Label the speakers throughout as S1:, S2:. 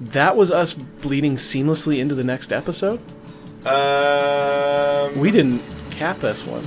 S1: that was us bleeding seamlessly into the next episode.
S2: Um,
S1: We didn't cap this one.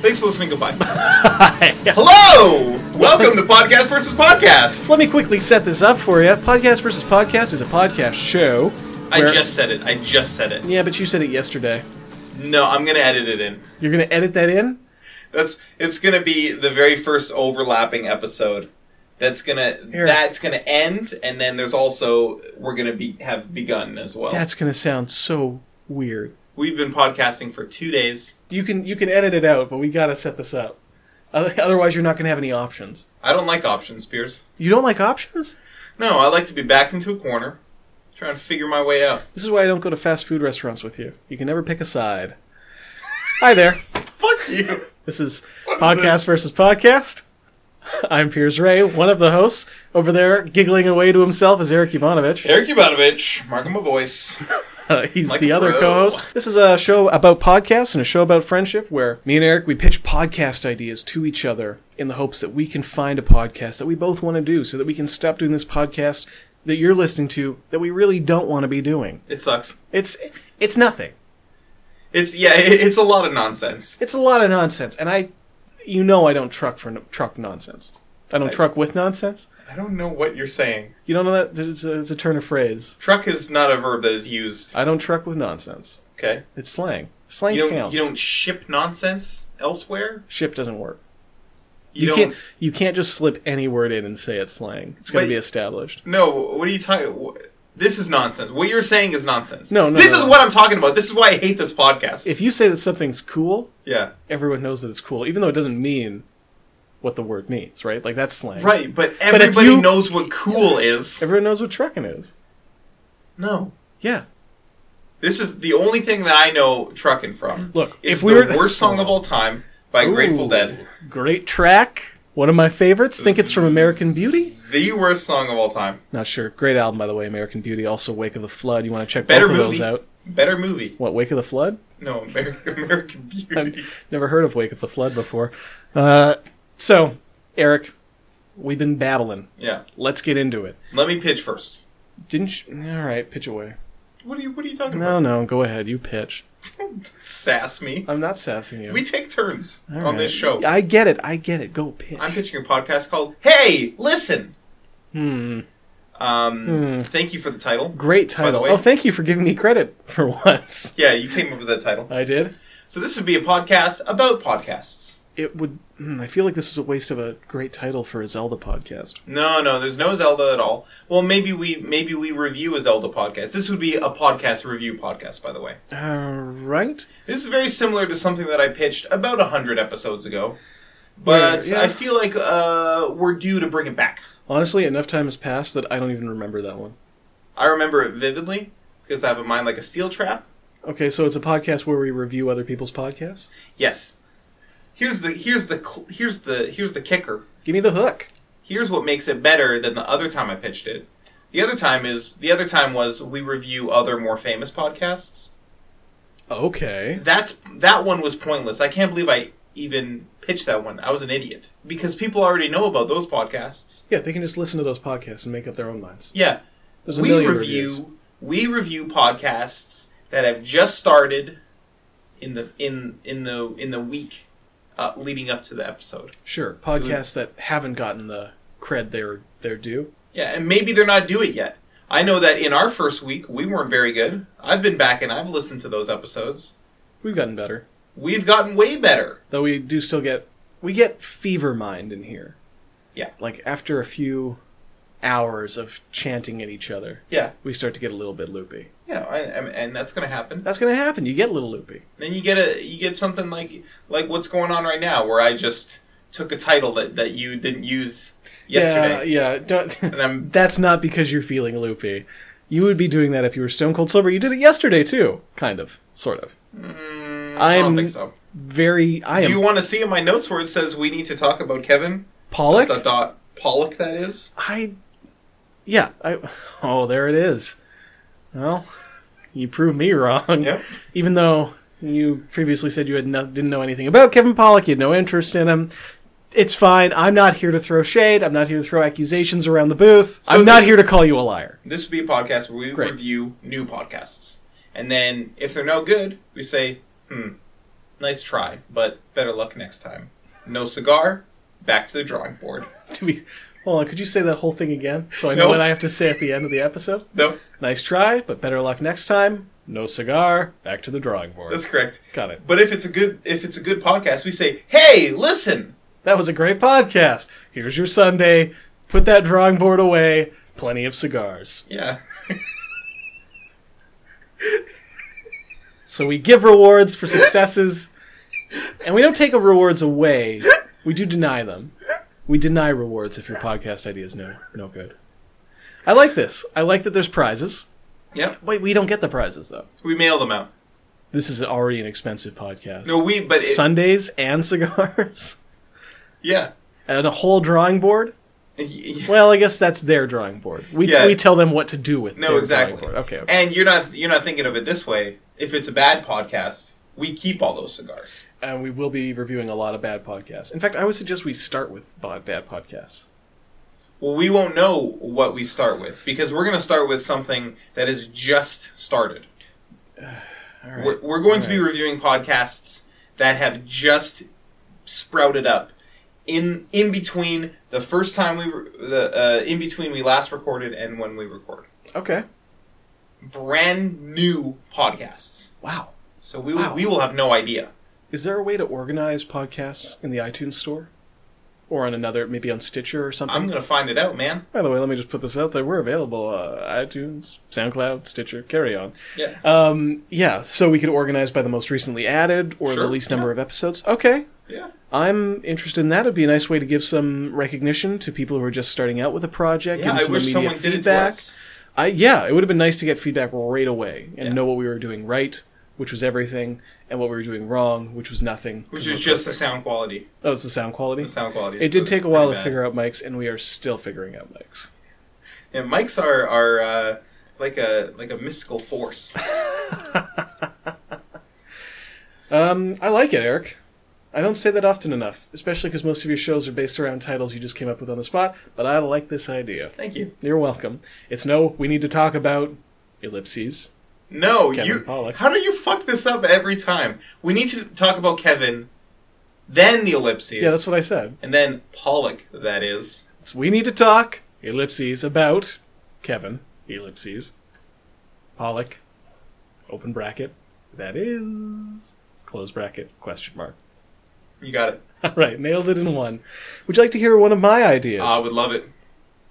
S2: thanks for listening. Goodbye. Hello. Welcome to Podcast versus Podcast.
S1: Let me quickly set this up for you. Podcast versus podcast is a podcast show.
S2: I
S1: where-
S2: just said it. I just said it.
S1: yeah, but you said it yesterday.
S2: No, I'm gonna edit it in.
S1: You're gonna edit that in.
S2: That's it's gonna be the very first overlapping episode. That's gonna
S1: Here.
S2: that's gonna end, and then there's also we're gonna be have begun as well.
S1: That's gonna sound so weird.
S2: We've been podcasting for two days.
S1: You can you can edit it out, but we gotta set this up. Oth- Otherwise, you're not gonna have any options.
S2: I don't like options, Pierce.
S1: You don't like options?
S2: No, I like to be backed into a corner, trying to figure my way out.
S1: This is why I don't go to fast food restaurants with you. You can never pick a side. Hi there.
S2: Fuck you.
S1: This is
S2: is
S1: Podcast
S2: this?
S1: versus Podcast. I'm Piers Ray, one of the hosts. Over there, giggling away to himself, is Eric Ivanovich.
S2: Eric Ivanovich, mark him a voice.
S1: Uh, he's
S2: Like
S1: the
S2: a
S1: other
S2: pro.
S1: co-host. This is a show about podcasts and a show about friendship where me and Eric we pitch podcast ideas to each other in the hopes that we can find a podcast that we both want to do so that we can stop doing this podcast that you're listening to that we really don't want to be doing.
S2: It sucks.
S1: It's it's nothing.
S2: It's yeah, it, it's a lot of nonsense.
S1: It's a lot of nonsense and I you know I don't truck for truck nonsense. I don't truck with nonsense.
S2: I don't know what you're saying.
S1: You don't know that it's a, it's a turn of phrase.
S2: Truck is not a verb that is used.
S1: I don't truck with nonsense.
S2: Okay.
S1: It's slang. Slang
S2: You don't
S1: counts.
S2: you don't ship nonsense elsewhere.
S1: Ship doesn't work.
S2: You,
S1: You,
S2: don't.
S1: can't you can't just slip any word in and say it's slang. It's got to
S2: But-
S1: be established.
S2: No, what are you talking? wh- This is nonsense. What you're saying is nonsense.
S1: No, no,
S2: This
S1: no,
S2: is
S1: no.
S2: what I'm talking about. This is why I hate this podcast.
S1: If you say that something's cool,
S2: yeah.
S1: everyone knows that it's cool, even though it doesn't mean what the word means, right? Like that's slang.
S2: Right, but
S1: if
S2: everybody
S1: you-
S2: knows what cool is.
S1: Everyone knows what trucking is.
S2: No.
S1: Yeah.
S2: This is the only thing that I know trucking from.
S1: Look,
S2: it's
S1: if we
S2: the
S1: were-
S2: worst song of all time by Grateful
S1: Ooh,
S2: Dead.
S1: Great track. One of my favorites. Think it's from American Beauty?
S2: The worst song of all time.
S1: Not sure. Great album by the way, American Beauty. Also Wake of the Flood. You want to check
S2: Better
S1: both of
S2: movie.
S1: those out.
S2: Better movie.
S1: What Wake of the Flood?
S2: No, American, American Beauty.
S1: Never heard of Wake of the Flood before. Uh, so, Eric, we've been babbling.
S2: Yeah.
S1: Let's get into it.
S2: Let me pitch first.
S1: Didn't you? All right, pitch away.
S2: What are you What are you talking
S1: No, no, go ahead. You pitch.
S2: about? Sass me.
S1: I'm not sassing you.
S2: We take turns
S1: All
S2: on
S1: right.
S2: this show.
S1: I get it. I get it. Go pitch.
S2: I'm pitching a podcast called "Hey, Listen." Hmm. Um. Thank you for the title.
S1: Great
S2: the
S1: title.
S2: way-
S1: Oh, thank you for giving me credit for once.
S2: Yeah, you came up with that title.
S1: I did.
S2: So this would be a podcast about podcasts.
S1: It would. mm, I feel like this is a waste of a great title for a Zelda podcast.
S2: No, no, there's no Zelda at all. Well, maybe we maybe we review a Zelda podcast. This would be a podcast review podcast, by the way.
S1: All right.
S2: This is very similar to something that I pitched about hundred episodes ago, but
S1: Yeah, yeah.
S2: I feel like uh, we're due to bring it back.
S1: Honestly, enough time has passed that I don't even remember that one.
S2: I remember it vividly because I have a mind like a steel trap.
S1: Okay, so it's a podcast where we review other people's podcasts.
S2: Yes. Here's the here's the cl- here's the here's the kicker.
S1: Give me the hook.
S2: Here's what makes it better than the other time I pitched it. The other time is the other time was we review other more famous podcasts.
S1: Okay.
S2: That's that one was pointless. I can't believe I even pitched that one. I was an idiot because people already know about those podcasts.
S1: Yeah, they can just listen to those podcasts and make up their own minds.
S2: Yeah,
S1: There's a
S2: we
S1: million
S2: review
S1: reviews.
S2: we review podcasts that have just started in the in in the in the week uh, leading up to the episode.
S1: Sure, podcasts that haven't gotten the cred they're they're due.
S2: Yeah, and maybe they're not due it yet. I know that in our first week, we weren't very good. I've been back and I've listened to those episodes.
S1: We've gotten better,
S2: We've gotten way better.
S1: though. We do still get we get fever mind in here.
S2: Yeah.
S1: like after a few hours of chanting at each other,
S2: Yeah,
S1: we start to get a little bit loopy.
S2: yeah, I, I, and that's going to happen.
S1: That's gonna happen. You get a little loopy.
S2: Then you get a you get something like like what's going on right now, where I just took a title that that you didn't use yesterday.
S1: Yeah, yeah. Don't,
S2: And I'm-
S1: that's not because you're feeling loopy. You would be doing that if you were stone cold sober. You did it yesterday too, kind of, sort of.
S2: Mm, I don't
S1: I'm
S2: think so.
S1: very. I
S2: Do
S1: am
S2: you want to see in my notes where it says we need to talk about Kevin
S1: Pollock.
S2: dot dot Pollock? That is.
S1: I, yeah, I. Oh, there it is. Well, you proved me wrong.
S2: Yep.
S1: Even though you previously said you had no, didn't know anything about Kevin Pollock, you had no interest in him. it's fine. I'm not here to throw shade. I'm not here to throw accusations around the booth.
S2: So
S1: I'm not
S2: this-
S1: here to call you a liar.
S2: This would be a podcast where we
S1: Great.
S2: review new podcasts. And then if they're no good, we say, hmm, nice try, but better luck next time. No cigar, back to the drawing board.
S1: Do we- Hold on, could you say that whole thing again so I know
S2: No.
S1: what I have to say at the end of the episode?
S2: No,
S1: Nice try, but better luck next time. No cigar. Back to the drawing board.
S2: that's correct.
S1: Got it.
S2: But if it's a good if it's a good podcast, we say, "Hey, listen."
S1: That was a great podcast. Here's your Sunday. Put that drawing board away. Plenty of cigars.
S2: Yeah.
S1: So we give rewards for successes, and we don't take rewards away. We do deny them. We deny rewards if your podcast idea is no no good. I like this. I like that there's prizes.
S2: Yep.
S1: Wait, we don't get the prizes though.
S2: We mail them out.
S1: This is already an expensive podcast.
S2: No, we but it,
S1: Sundays and cigars
S2: yeah.
S1: and a whole drawing board.
S2: No,
S1: Well, I guess that's their drawing board. We,
S2: Yeah.
S1: we tell them what to do with their
S2: exactly.
S1: drawing board. Okay, okay.
S2: And you're not you're not thinking of it this way. If it's a bad podcast, we keep all those cigars.
S1: And we will be reviewing a lot of bad podcasts. In fact, I would suggest we start with bod- bad podcasts.
S2: Well, we won't know what we start with because we're going to start with something that is just started.
S1: All
S2: We're, we're going to be reviewing podcasts that have just sprouted up in in between the first time we re- the uh, in between we last recorded and when we record.
S1: okay.
S2: Brand new podcasts.
S1: Wow.
S2: So we will,
S1: Wow.
S2: we will have no idea.
S1: Is there a way to organize podcasts in the iTunes store? Or on another, maybe on Stitcher or something?
S2: I'm going to find it out, man.
S1: By the way, let me just put this out there. We're available uh, iTunes, SoundCloud, Stitcher, carry on.
S2: Yeah.
S1: Um, yeah, so we could organize by the most recently added or the
S2: Sure,
S1: least number of episodes. Okay.
S2: Yeah.
S1: I'm interested in that. It'd be a nice way to give some recognition to people who are just starting out with a project. give
S2: Yeah,
S1: them
S2: I
S1: some
S2: wish
S1: immediate
S2: someone did it to
S1: feedback.
S2: us.
S1: I yeah, it would have been nice to get feedback right away and
S2: Yeah.
S1: know what we were doing right, which was everything, and what we were doing wrong, which was nothing.
S2: Which is just the sound quality.
S1: oh, it's the sound quality.
S2: The sound quality.
S1: it did take a while to figure out mics, and we are still figuring out mics.
S2: Yeah, mics are are uh, like a like a mystical force.
S1: Um, I like it, Eric. I don't say that often enough, especially because most of your shows are based around titles you just came up with on the spot. But I like this idea.
S2: Thank you.
S1: You're welcome. It's no, we need to talk about ellipses.
S2: No,
S1: Kevin
S2: you.
S1: Pollak.
S2: How do you fuck this up every time? We need to talk about Kevin, then the ellipses.
S1: Yeah, that's what I said.
S2: and then Pollock. That is.
S1: So we need to talk ellipses about Kevin ellipses Pollock open bracket that is close bracket question mark.
S2: You got it.
S1: All right, nailed it in one. Would you like to hear one of my ideas?
S2: Ah, I would love it.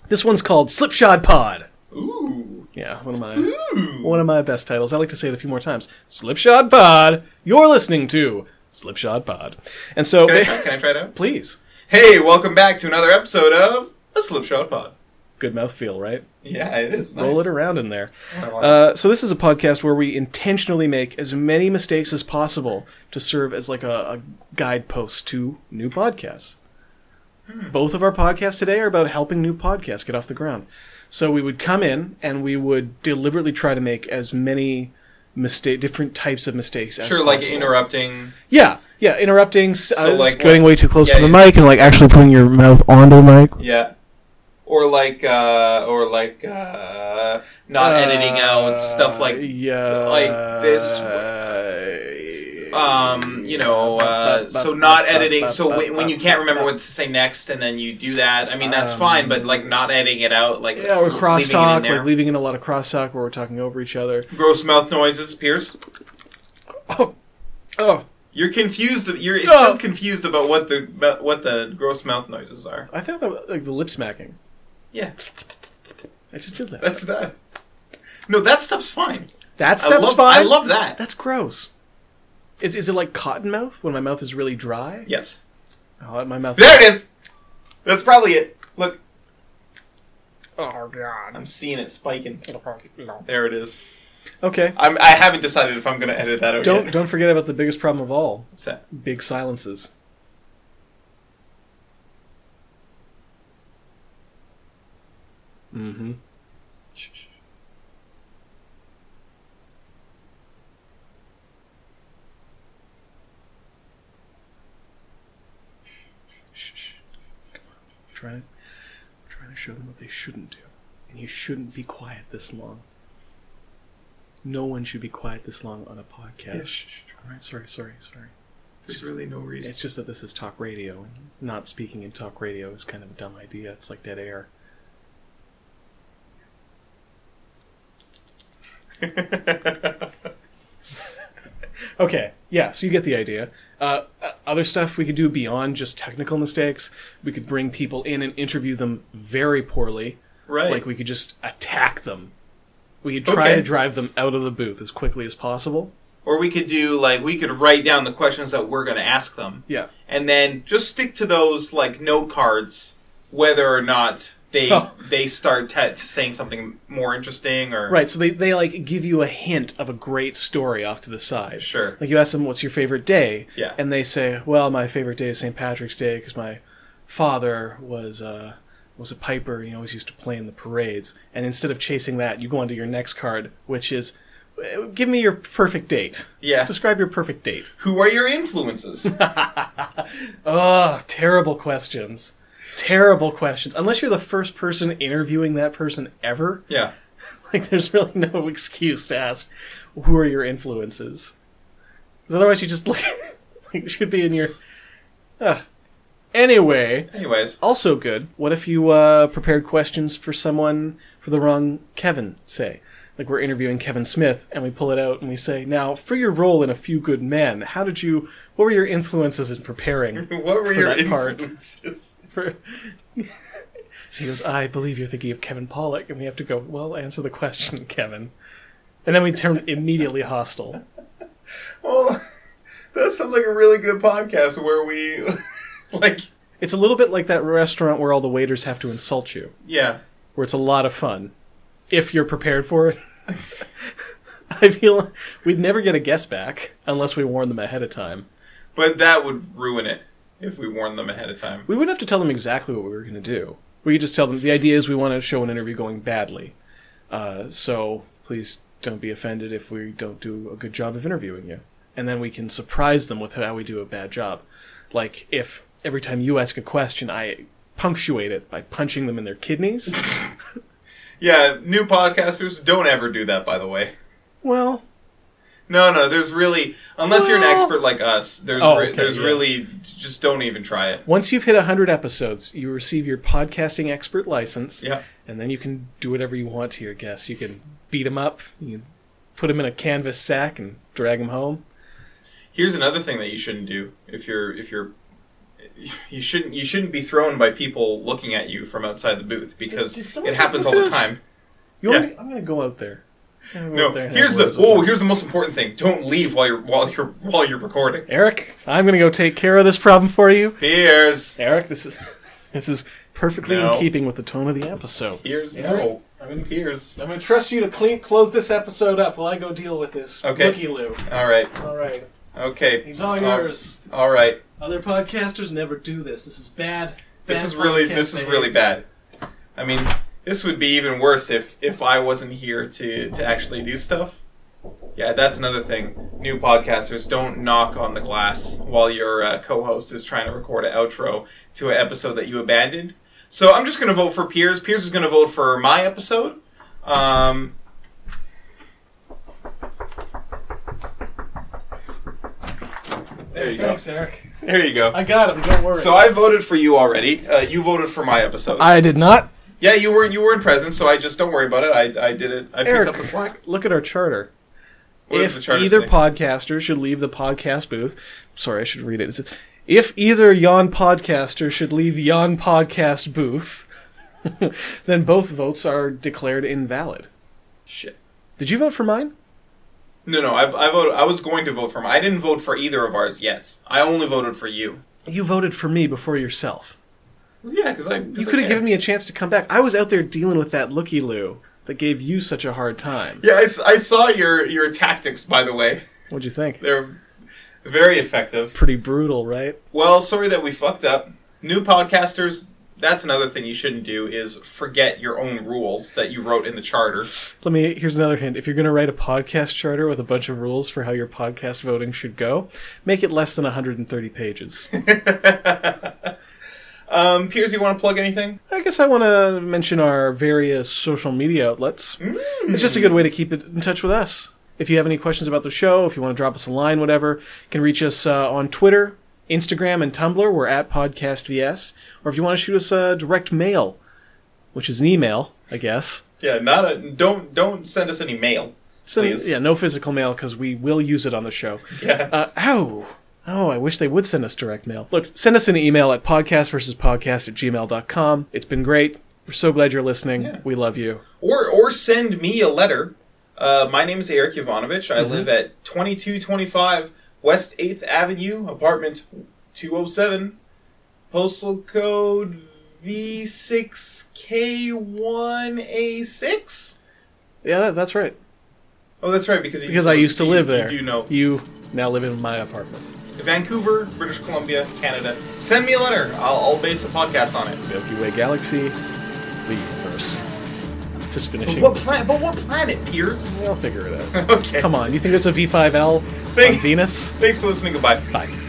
S1: this one's called Slipshod Pod.
S2: Ooh.
S1: Yeah, one of my
S2: Ooh.
S1: one of my best titles. I like to say it a few more times. Slipshod Pod. You're listening to Slipshod Pod. And so
S2: Can I try, can I try it out?
S1: please,
S2: Hey, welcome back to another episode of a Slipshod Pod.
S1: good mouth feel, right?
S2: Yeah, it is. Nice.
S1: Roll it around in there.
S2: I like
S1: Uh, so this is a podcast where we intentionally make as many mistakes as possible to serve as like a, a guidepost to new podcasts.
S2: Hmm.
S1: Both of our podcasts today are about helping new podcasts get off the ground. So we would come in and we would deliberately try to make as many mistake, different types of mistakes. As
S2: Sure, like
S1: possible.
S2: interrupting.
S1: Yeah, yeah, interrupting, s uh,
S2: like,
S1: getting way too close
S2: yeah,
S1: to the
S2: yeah.
S1: mic, and like actually putting your mouth onto the mic.
S2: Yeah. Or like, uh, or like, uh, not editing out stuff like,
S1: yeah,
S2: like this. um, you know, uh, so not editing. So when, when you can't remember what to say next, and then you do that. I mean, that's fine, but like not editing it out, like
S1: Um, yeah, or
S2: leaving it in
S1: crosstalk,
S2: there.
S1: like leaving in a lot of crosstalk where we're talking over each other.
S2: gross mouth noises, Pierce.
S1: Oh,
S2: You're confused. You're
S1: Oh.
S2: still confused about what the about what the gross mouth noises are.
S1: I thought that was, like the lip smacking.
S2: Yeah,
S1: I just did that.
S2: that's not. No, that stuff's fine.
S1: That
S2: I
S1: stuff's
S2: love,
S1: fine.
S2: I love that.
S1: That's gross. Is is it like cotton mouth when my mouth is really dry?
S2: yes,
S1: Oh, my mouth.
S2: there it is. That's probably it. Look,
S3: Oh god.
S2: I'm seeing it spiking.
S3: No.
S2: There it is. Oh,
S1: Okay.
S2: I'm, I haven't decided if I'm going to edit that out
S1: Don't
S2: yet.
S1: don't forget about the biggest problem of all:
S2: What's that?
S1: big silences. Mm-hmm. trying to trying to show them what they shouldn't do. And you shouldn't be quiet this long. No one should be quiet this long on a podcast.
S4: Yeah, shh, shh, shh.
S1: All right, sorry, sorry, sorry.
S4: There's really no reason.
S1: It's just that this is talk radio, and not speaking in talk radio is kind of a dumb idea. It's like dead air. Okay, yeah, so you get the idea. Uh, uh, other stuff we could do beyond just technical mistakes. We could bring people in and interview them very poorly.
S2: right.
S1: Like we could just attack them. We could try
S2: Okay.
S1: to drive them out of the booth as quickly as possible.
S2: or we could do like we could write down the questions that we're going to ask them.
S1: Yeah.
S2: and then just stick to those like note cards, whether or not they
S1: Oh.
S2: they start t- saying something more interesting or
S1: Right, so they, they like give you a hint of a great story off to the side.
S2: Sure.
S1: Like you ask them, what's your favorite day?
S2: Yeah.
S1: And they say, well, my favorite day is St. Patrick's Day because my father was, uh, was a piper and he always used to play in the parades. And instead of chasing that, you go on to your next card, which is, "Uh, give me your perfect date.
S2: Yeah.
S1: Describe your perfect date.
S2: Who are your influences?
S1: Ugh, Ah, terrible questions. Terrible questions. Unless you're the first person interviewing that person ever.
S2: yeah.
S1: Like, there's really no excuse to ask who are your influences. 'Cause otherwise, you just look like it should be in your. Ugh. Anyway,
S2: Anyways,
S1: also good. What if you uh, prepared questions for someone for the wrong Kevin? Say, like we're interviewing Kevin Smith, and we pull it out and we say, "Now, for your role in A Few Good Men, how did you? What were your influences in preparing?"
S2: what were
S1: For
S2: your
S1: that part.
S2: influences?
S1: For... he goes, I believe you're thinking of Kevin Pollock, and we have to go, well, answer the question, Kevin. And then we turn immediately hostile.
S2: Well, that sounds like a really good podcast where we like
S1: It's a little bit like that restaurant where all the waiters have to insult you,
S2: yeah.
S1: where it's a lot of fun if you're prepared for it. I feel we'd never get a guest back unless we warn them ahead of time.
S2: But that would ruin it if we warned them ahead of time.
S1: We wouldn't have to tell them exactly what we were going to do. We could just tell them the idea is we want to show an interview going badly. Uh, so please don't be offended if we don't do a good job of interviewing you. And then we can surprise them with how we do a bad job. Like if every time you ask a question, I punctuate it by punching them in their kidneys.
S2: Yeah, new podcasters don't ever do that by the way.
S1: well,
S2: No, no, there's really unless you're an
S1: Well-
S2: expert like us, there's
S1: Oh,
S2: re-
S1: okay,
S2: there's
S1: yeah.
S2: really just don't even try it.
S1: once you've hit 100 episodes, you receive your podcasting expert license.
S2: Yeah.
S1: and then you can do whatever you want to your guests. You can beat them up, you can put them in a canvas sack and drag them home.
S2: Here's another thing that you shouldn't do if you're if you're you shouldn't you shouldn't be thrown by people looking at you from outside the booth because
S1: Did- did someone
S2: it
S1: just
S2: happens all
S1: look
S2: the
S1: at us?
S2: time.
S1: You
S2: Yeah.
S1: want me- I'm gonna go out there. I'm gonna go
S2: No,
S1: out there and
S2: here's
S1: have
S2: the
S1: words with
S2: oh
S1: them.
S2: here's the most important thing. Don't leave while you're while you're while you're recording.
S1: Eric, I'm gonna go take care of this problem for you.
S2: Here's
S1: Eric, this is this is perfectly
S2: No.
S1: in keeping with the tone of the episode.
S2: here's
S1: Eric?
S2: no. I'm in Piers.
S1: I'm gonna trust you to clean close this episode up while I go deal with this.
S2: Okay.
S1: Looky Lou.
S2: All right.
S1: All right,
S2: Okay.
S1: he's all
S2: Uh,
S1: yours.
S2: all right.
S1: Other podcasters never do this. This is bad.
S2: This
S1: bad
S2: is really
S1: podcast
S2: this is
S1: behavior.
S2: really bad. I mean, this would be even worse if if I wasn't here to to actually do stuff. Yeah, that's another thing. New podcasters don't knock on the glass while your uh, co-host is trying to record an outro to an episode that you abandoned. So I'm just gonna vote for Piers. Piers is gonna vote for my episode. Um, there you go.
S1: Thanks, Eric.
S2: There you go.
S1: I got him. Don't worry.
S2: So I voted for you already. Uh, you voted for my episode.
S1: I did not.
S2: Yeah, you were you were in presence, so I just don't worry about it. I, I did it. I picked up the slack.
S1: Eric, look at our charter.
S2: What does
S1: if
S2: the charter
S1: either
S2: say?
S1: podcaster should leave the podcast booth, sorry, I should read it. It says, If either yon podcaster should leave yon podcast booth, then both votes are declared invalid.
S2: Shit.
S1: Did you vote for mine?
S2: No, no. I I voted. I was going to vote for. Mine. I didn't vote for either of ours yet. I only voted for you.
S1: You voted for me before yourself.
S2: Yeah, because I
S1: You could have given me a chance to come back. I was out there dealing with that looky loo that gave you such a hard time.
S2: Yeah, I, s- I saw your your tactics. By the way,
S1: What'd you think?
S2: they're very effective.
S1: Pretty brutal, right?
S2: Well, sorry that we fucked up. New podcasters. That's another thing you shouldn't do is forget your own rules that you wrote in the charter.
S1: Let me. Here's another hint. If you're going to write a podcast charter with a bunch of rules for how your podcast voting should go, make it less than 130 pages.
S2: Um, Piers, you want to plug anything?
S1: I guess I want to mention our various social media outlets. It's just a good way to keep it in touch with us. If you have any questions about the show, if you want to drop us a line, whatever, you can reach us uh, on Twitter, Instagram, and Tumblr. We're at PodcastVS. Or if you want to shoot us a direct mail, which is an email, I guess.
S2: Yeah, not a don't don't send us any mail.
S1: So,
S2: Please.
S1: yeah, no physical mail because we will use it on the show.
S2: Yeah.
S1: Uh, ow. Oh, I wish they would send us direct mail. Look, send us an email at podcast versus podcast at gmail.com. It's been great. We're so glad you're listening. We love you.
S2: or or send me a letter. Uh, my name is Eric Ivanovich. I
S1: Mm-hmm.
S2: live at 2225 West 8th Avenue, apartment 207, postal code V6K1A6.
S1: Yeah, that, that's right.
S2: Oh, that's right because you
S1: Because I used to
S2: you-
S1: live there.
S2: You do know
S1: You now live in my apartment.
S2: Vancouver, British Columbia, Canada. Send me a letter. I'll, I'll base the podcast on it.
S1: Milky Way Galaxy, the universe. Just
S2: But
S1: finishing.
S2: what planet? But what planet, Piers?
S1: I'll figure it out.
S2: Okay.
S1: Come on, you think there's a V5L on
S2: Thank-
S1: Venus?
S2: Thanks for listening. Goodbye.
S1: Bye.